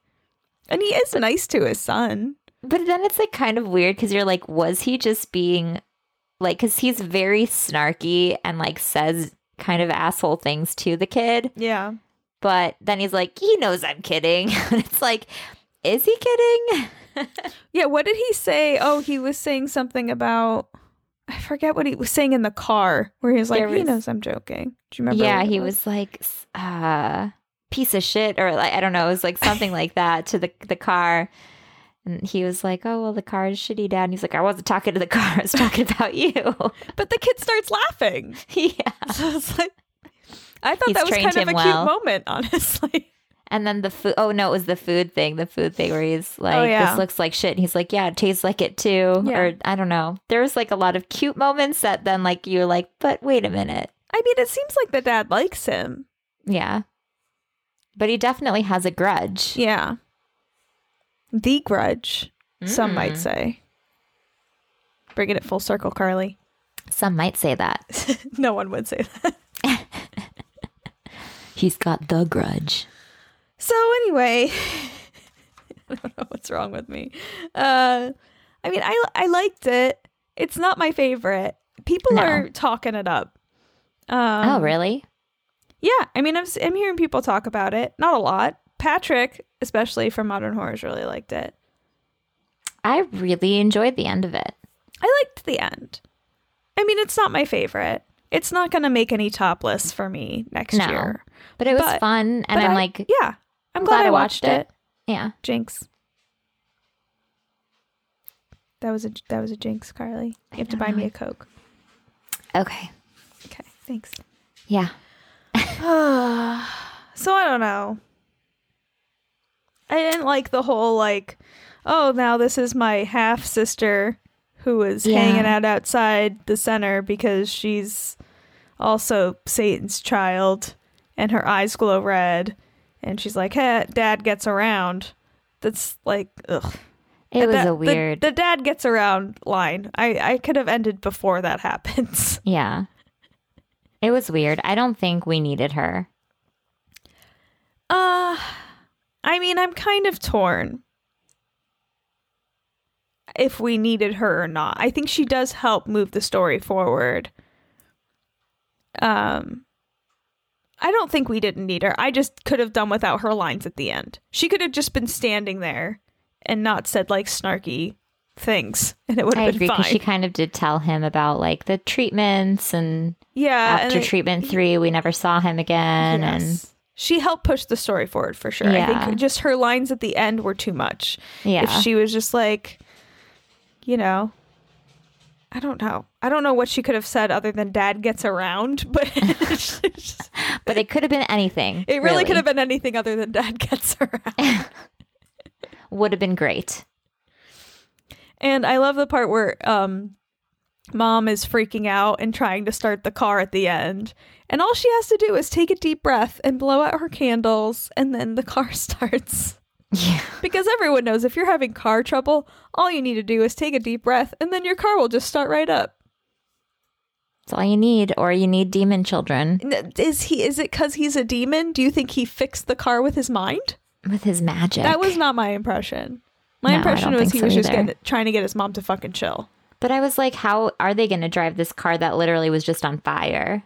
and he is nice to his son. But then it's like kind of weird because you're like, was he just being like, because he's very snarky and like says kind of asshole things to the kid. Yeah, But then he's like, he knows I'm kidding. and it's like, is he kidding? yeah. What did he say? Oh, he was saying something about I forget what he was saying in the car, where he was like, There "He was- knows I'm joking." Do you remember? yeah, what it he was like, s- uh, piece of shit, or like, I don't know, it was like something like that to the the car. And he was like, oh, well, the car is shitty, dad. And he's like, I wasn't talking to the car, I was talking about you. But the kid starts laughing. yeah. So it's like, I thought He's that was trained kind of him a well. cute moment, honestly. And then the food. Oh no, it was the food thing. The food thing where he's like, Oh, yeah. "This looks like shit," and he's like, "Yeah, it tastes like it too." Yeah. Or I don't know. There was like a lot of cute moments that then like you're like, "But wait a minute, I mean, it seems like the dad likes him. yeah." But he definitely has a grudge. Yeah. The grudge, some Mm. might say. Bringing it full circle, Carly. Some might say that no one would say that. he's got the grudge. So anyway, I don't know what's wrong with me. Uh, I mean, I I liked it. It's not my favorite. People No. are talking it up. Um, oh really? Yeah, I mean, I'm, s- I'm hearing people talk about it. Not a lot. Patrick, especially from Modern Horrors, really liked it. I really enjoyed the end of it. I liked the end. I mean, it's not my favorite. It's not going to make any top lists for me next No. year. But it was But- fun, and But I'm I- like, yeah, I'm glad, I watched, it. yeah. Jinx. That was a that was a jinx, Carly. You have to buy me a coke. Okay, Okay, thanks. yeah. So I don't know. I didn't like the whole like, oh, now this is my half sister who is Yeah. hanging out outside the center because she's also Satan's child and her eyes glow red and she's like, "Hey, dad gets around." That's like, ugh. It was That- a the- weird, The, dad gets around line. I I could have ended before that happens. yeah. It was weird. I don't think we needed her. Uh I mean, I'm kind of torn. If we needed her or not. I think she does help move the story forward. Um I don't think we didn't need her. I just could have done without her lines at the end. She could have just been standing there and not said like snarky things and it would I have been agree fine. because she kind of did tell him about like the treatments and yeah, Uh, and after it- treatment three, we never saw him again. yes. she helped push the story forward for sure. um, I Yeah. think just her lines at the end were too much. And yeah, if she was just like you know i don't know i don't know what she could have said other than dad gets around but it's just- but it could have been anything. it really, could have been anything other than dad gets around would have been great. and i love the part where um mom is freaking out and trying to start the car at the end and all she has to do is take a deep breath and blow out her candles and then the car starts Yeah, because everyone knows if you're having car trouble all you need to do is take a deep breath and then your car will just start right up it's all you need, or you need demon children N- is he is it because he's a demon do you think he fixed the car with his mind with his magic. that was not my impression my No, I impression don't was think he so was just either. getting, trying to get his mom to fucking chill but I was like, how are they going to drive this car that literally was just on fire?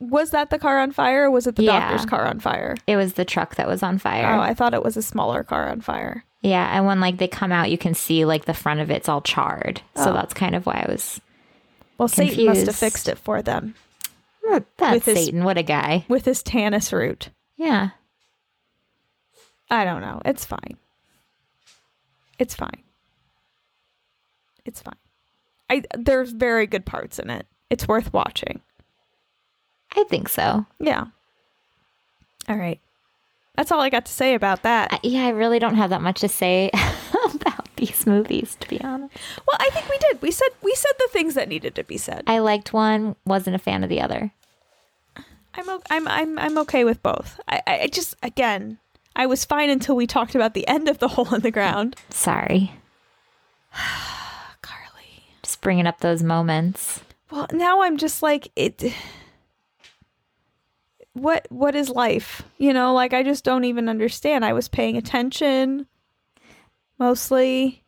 was that the car on fire or was it the Yeah. doctor's car on fire It was the truck that was on fire. oh i thought it was a smaller car on fire yeah, and when like they come out, you can see like the front of it's all charred. Oh. So that's kind of why I was. well satan must have Confused. fixed it for them That's With his- Satan. What a guy. with his tanis root Yeah. i don't know it's fine it's fine it's fine i there's very good parts in it it's worth watching I think so. Yeah. All right. That's all I got to say about that. I- yeah, I really don't have that much to say about these movies, to be honest. well, I think we did. We said we said the things that needed to be said. I liked one, wasn't a fan of the other. I'm o- I'm I'm I'm okay with both. I I I just again, I was fine until we talked about the end of the hole in the ground. Sorry. Carly. Just bringing up those moments. Well, now I'm just like it what what is life? You know, like I just don't even understand. I was paying attention mostly.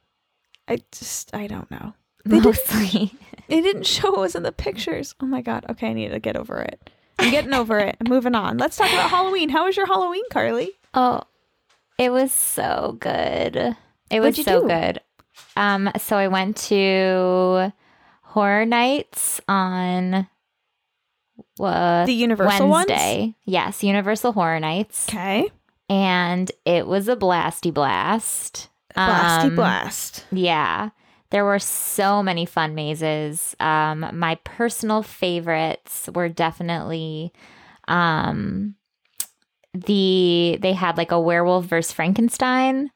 I just I don't know. They did- Mostly. It didn't show what was in the pictures. Oh my god. Okay, I need to get over it. I'm getting over it. I'm moving on. Let's talk about Halloween. How was your Halloween, Carly? Oh, it was so good. It was What'd you so do? good. Um, so I went to horror nights on what The Universal ones? Uh, Wednesday. Yes, Universal Horror Nights, Okay. and it was a blasty blast. Blasty Um, blast. Yeah. There were so many fun mazes. Um, my personal favorites were definitely um, the they had like a werewolf versus Frankenstein.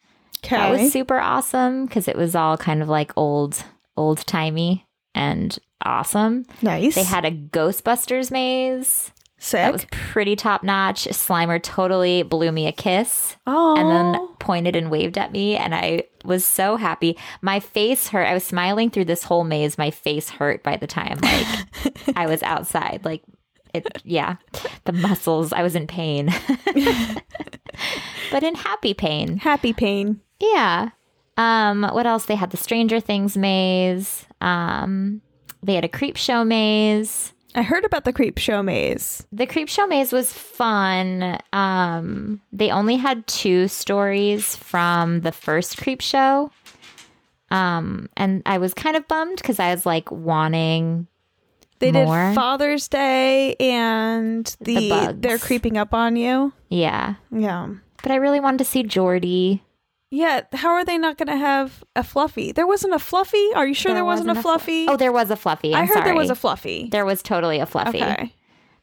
Okay. That was super awesome because it was all kind of like old old timey and awesome. nice. They had a Ghostbusters maze. sick. That was pretty top notch. Slimer totally blew me a kiss oh. and then pointed and waved at me and i was so happy my face hurt i was smiling through this whole maze my face hurt by the time like i was outside like it yeah the muscles i was in pain but in happy pain happy pain. yeah um what else they had the stranger things maze um they had a creep show maze I heard about the creep show maze. the creep show maze was fun um they only had two stories from the first creep show um and i was kind of bummed because i was like wanting They More? did Father's Day and the, bugs. they're creeping up on you. yeah Yeah. but i really wanted to see jordy Yeah, how are they not going to have a fluffy? There wasn't a fluffy? Are you sure there, wasn't, a fl- fluffy? oh there was a fluffy i I heard there was a fluffy fluffy. there was totally a fluffy Okay.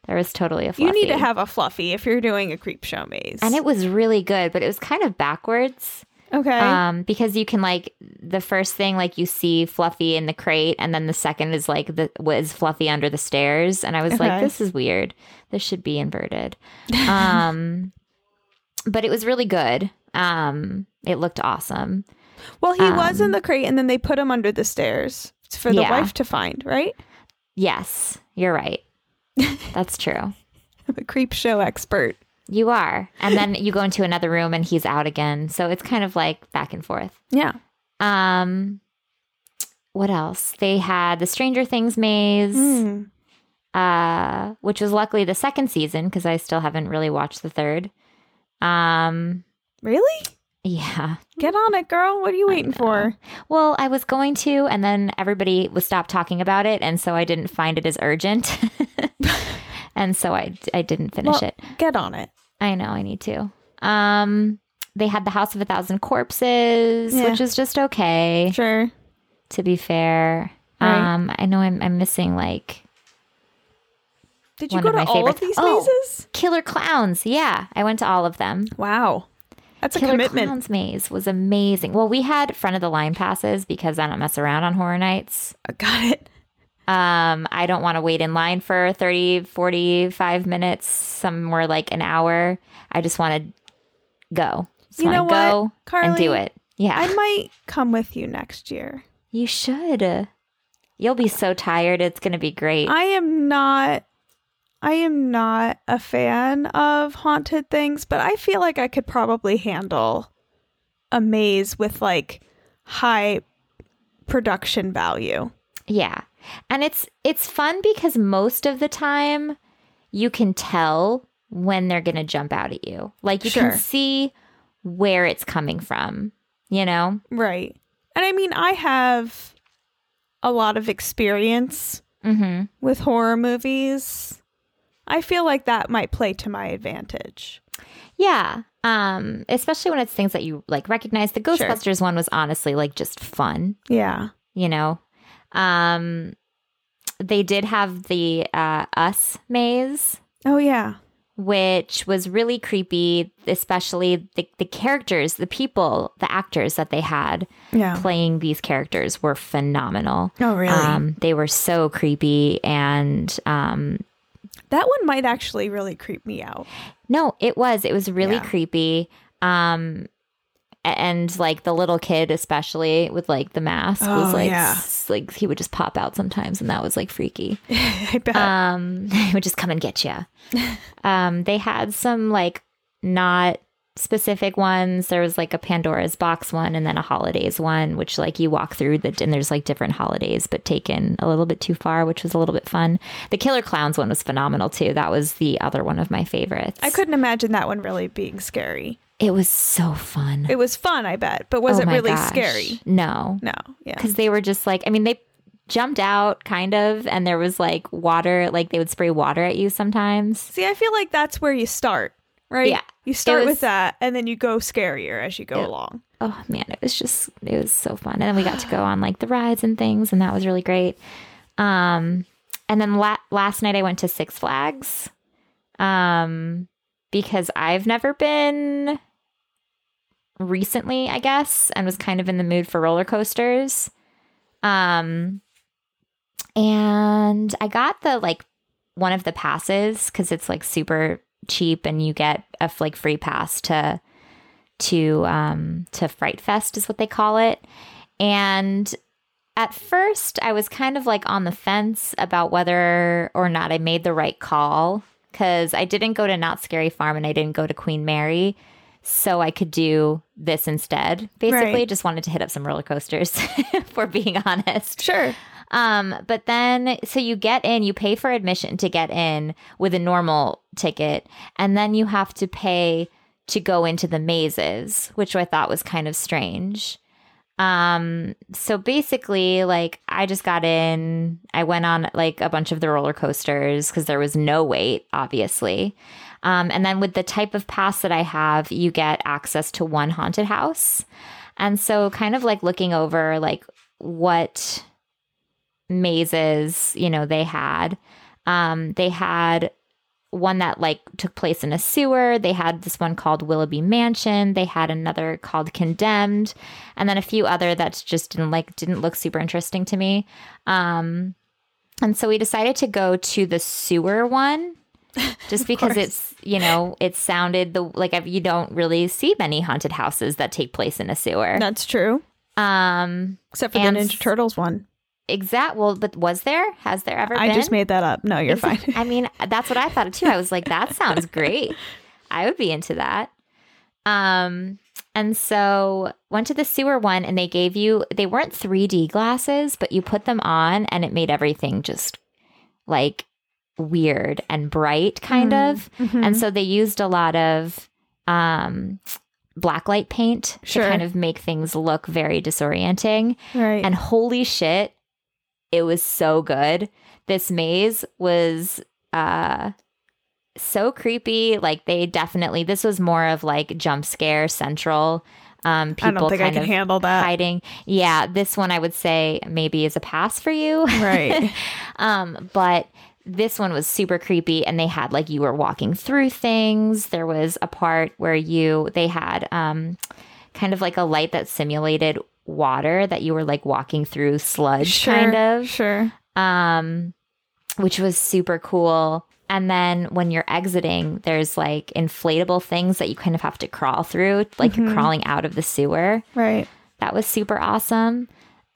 there was totally a fluffy You need to have a fluffy if you're doing a creep show maze. and it was really good but it was kind of backwards Okay. um because you can like the first thing like you see fluffy in the crate and then the second is like the was fluffy under the stairs and i was like Okay. this is weird this should be inverted um but it was really good um it looked awesome well, he was um, in the crate and then they put him under the stairs for the Yeah. wife to find, right? yes you're right that's true I'm a creep show expert. you are and then you go into another room and he's out again so it's kind of like back and forth Yeah. um what else they had the stranger things maze Mm. uh, which was luckily the second season because I still haven't really watched the third. Um, Really? yeah. Get on it, girl. What are you waiting for? Well, I was going to, and then everybody was stopped talking about it, and so I didn't find it as urgent, and so I I didn't finish Well- it. Get on it. I know I need to. Um, they had the House of a Thousand Corpses, Yeah. which was just okay. Sure. To be fair, Right. um, I know I'm I'm missing like Did you One go of my to all of favorites. these Oh. mazes? Killer Clowns. Yeah, I went to all of them. Wow. That's a Killer commitment. Clowns Maze was amazing. Well, we had front of the line passes because I don't mess around on horror nights. I got it. Um, I don't want to wait in line for 30, 45 minutes. Some were like an hour. I just want to go. Just You wanna know what, go Carly? and do it. Yeah, I might come with you next year. you should. You'll be so tired. It's going to be great. I am not I am not a fan of haunted things, but I feel like I could probably handle a maze with like high production value. Yeah. And it's it's fun because most of the time you can tell when they're going to jump out at you. Like you Sure. can see where it's coming from, you know? Right. And I mean, I have a lot of experience Mhm. with horror movies. I feel like that might play to my advantage. Yeah. Um especially when it's things that you like recognize. The Ghostbusters one was honestly like just fun, Yeah. you know. Um they did have the uh us maze Oh yeah. which was really creepy, especially the, the characters, the people, the actors that they had Yeah. playing these characters were phenomenal. Oh really? Um, they were so creepy and um, that one might actually really creep me out. no, it was. It was really Yeah. creepy. Um, a- and like the little kid, especially with like the mask, was Oh, like yeah. s- like he would just pop out sometimes, and that was like freaky. I bet. Um, he would just come and get you. um, they had some like not specific ones. There was like a Pandora's box one, and then a holidays one, which like you walk through the and there's like different holidays, but taken a little bit too far, which was a little bit fun. The Killer Clowns one was phenomenal too. That was the other one of my favorites. I couldn't imagine that one really being scary. It was so fun. It was fun, I bet, but was Oh it my really gosh. scary? No, No. Yeah. because they were just like i mean they jumped out kind of and there was like water like they would spray water at you sometimes See, I feel like that's where you start, right? Yeah. You was- start with that and then you go scarier as you go Yeah. along. oh man it was just it was so fun and then we got to go on like the rides and things and that was really great um and then la- last night i went to six flags um because i've never been recently i guess and was kind of in the mood for roller coasters um and i got the like one of the passes because it's like super cheap and you get a f- like free pass to to um to fright fest is what they call it and at first i was kind of like on the fence about whether or not i made the right call because i didn't go to not scary farm and i didn't go to queen mary so i could do this instead basically Right. just wanted to hit up some roller coasters if we're being honest Sure. um, but then, so you get in, you pay for admission to get in with a normal ticket, and then you have to pay to go into the mazes, which I thought was kind of strange. Um, so basically, like, I just got in, I went on like a bunch of the roller coasters because there was no wait, obviously. Um, and then with the type of pass that I have, you get access to one haunted house. And so, kind of like looking over, like, what mazes you know they had um they had one that like took place in a sewer they had this one called willoughby mansion they had another called condemned and then a few other that just didn't like didn't look super interesting to me um and so we decided to go to the sewer one just because course. it's you know it sounded the like you don't really see many haunted houses that take place in a sewer That's true. um Except for And the Ninja s- Turtles one. exact well but was there has there ever I been just made that up. No, you're fine. I mean, that's what I thought too. I was like, that sounds great. I would be into that. Um, and so went to the sewer one, and they gave you they weren't 3D glasses, but you put them on, and it made everything just like weird and bright, kind Mm. of. And so they used a lot of um, blacklight paint Sure. to kind of make things look very disorienting. right. And holy shit, it was so good. This maze was uh so creepy. Like they definitely this was more of like jump scare central. Um people I don't think I kind can of handle that. hiding. Yeah, this one I would say maybe is a pass for you. right. Um, but this one was super creepy, and they had like you were walking through things. There was a part where you they had um, kind of like a light that simulated water that you were like walking through sludge, Sure. kind of Sure. um, which was super cool. And then when you're exiting, there's like inflatable things that you kind of have to crawl through, like Mhm. crawling out of the sewer. Right. That was super awesome.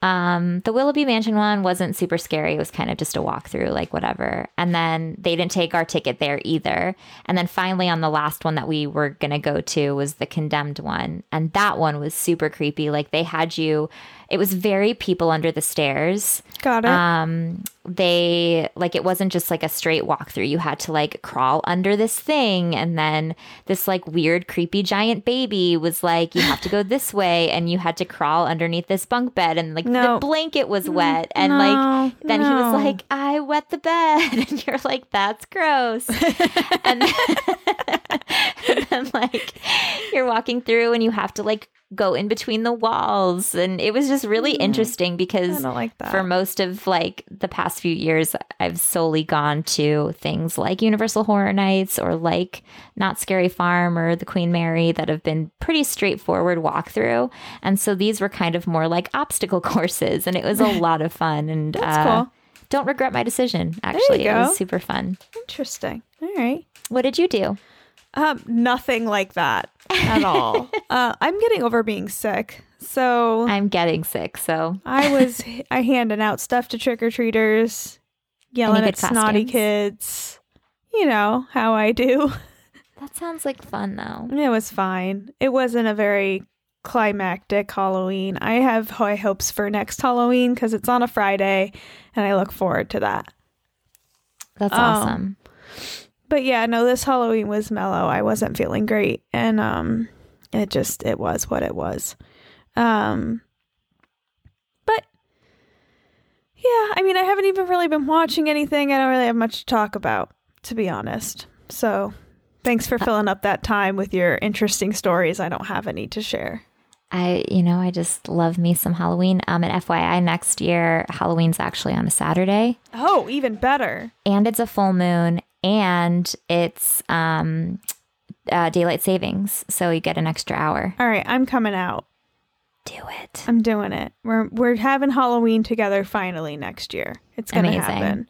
Um, the Willoughby Mansion one wasn't super scary. It was kind of just a walkthrough, like whatever. And then they didn't take our ticket there either. And then finally, on the last one that we were going to go to was the condemned one. And that one was super creepy. Like they had you, it was very people under the stairs Got it. um they like it wasn't just like a straight walkthrough you had to like crawl under this thing and then this like weird creepy giant baby was like you have to go this way and you had to crawl underneath this bunk bed and like No. Mm, the blanket was wet and like No, then he was no. like i wet the bed and you're like that's gross and then, and then like you're walking through and you have to like go in between the walls and it was just really interesting because Mm, I don't like that. for most of like the past few years i've solely gone to things like universal horror nights or like not scary farm or the queen mary that have been pretty straightforward walkthrough and so these were kind of more like obstacle courses and it was a lot of fun and That's uh, cool. don't regret my decision actually it go. was super fun Interesting. All right. what did you do Um, nothing like that at all. uh, I'm getting over being sick, so I'm getting sick, so I was I handing out stuff to trick or treaters, yelling good at snotty costumes? kids. You know how I do. that sounds like fun though. It was fine. It wasn't a very climactic Halloween. I have high hopes for next Halloween because it's on a Friday, and I look forward to that. That's Oh. awesome. But yeah, no, this Halloween was mellow. I wasn't feeling great, and um, it just it was what it was. Um, but yeah, I mean, I haven't even really been watching anything. I don't really have much to talk about, to be honest. So, thanks for filling up that time with your interesting stories. I don't have any to share. I, you know, I just love me some Halloween. Um, and FYI, next year Halloween's actually on a Saturday, Oh, even better. and it's a full moon, and it's um, uh, daylight savings, so you get an extra hour. All right, I'm coming out. Do it. I'm doing it. We're we're having Halloween together finally next year. It's gonna Amazing. happen.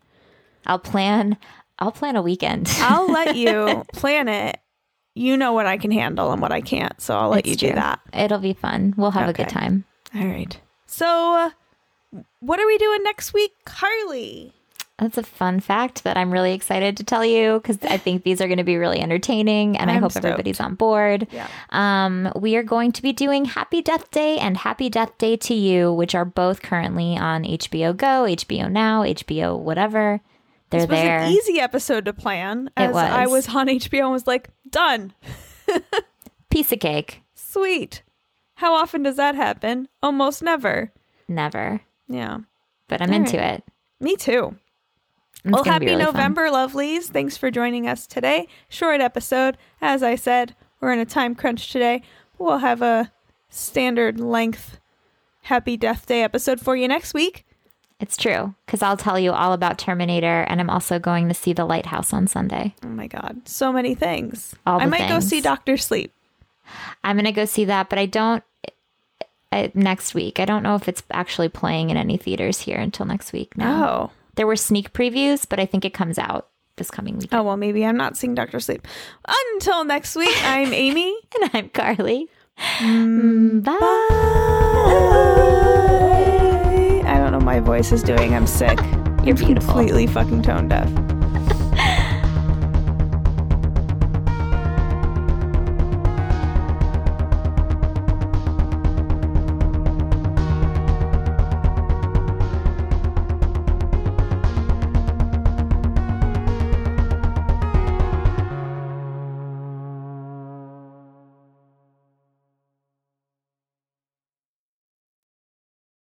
I'll plan. I'll plan a weekend. I'll let you plan it. You know what I can handle and what I can't, so I'll let It's you do true. that. It'll be fun. We'll have a good Okay. time. All right. So, uh, what are we doing next week, Carly? That's a fun fact that I'm really excited to tell you because I think these are going to be really entertaining, and i I'm hope stoked. everybody's on board. Yeah. Um, we are going to be doing Happy Death Day and Happy Death Day to You, which are both currently on HBO Go, HBO Now, HBO whatever. They're This was there. an easy episode to plan. As was. I was on HBO and was like, done. Piece of cake. Sweet. How often does that happen? Almost never. Never. Yeah. But I'm All into it. Me too. It's gonna well, be happy really fun. November, lovelies. Thanks for joining us today. Short episode. As I said, we're in a time crunch today. We'll have a standard length Happy Death Day episode for you next week. It's true because I'll tell you all about Terminator, and I'm also going to see The Lighthouse on Sunday. Oh my God. So many things. All the I might go things. see Dr. Sleep. I'm gonna go see that, but I don't I, next week. I don't know if it's actually playing in any theaters here until next week. Now Oh. there were sneak previews, but I think it comes out this coming week. Oh, well, maybe I'm not seeing Dr. Sleep. Until next week, I'm Amy. And I'm Carly. Mm, Mm, Bye. Bye. I don't know what my voice is doing. I'm sick. You're I'm beautiful. completely fucking tone deaf.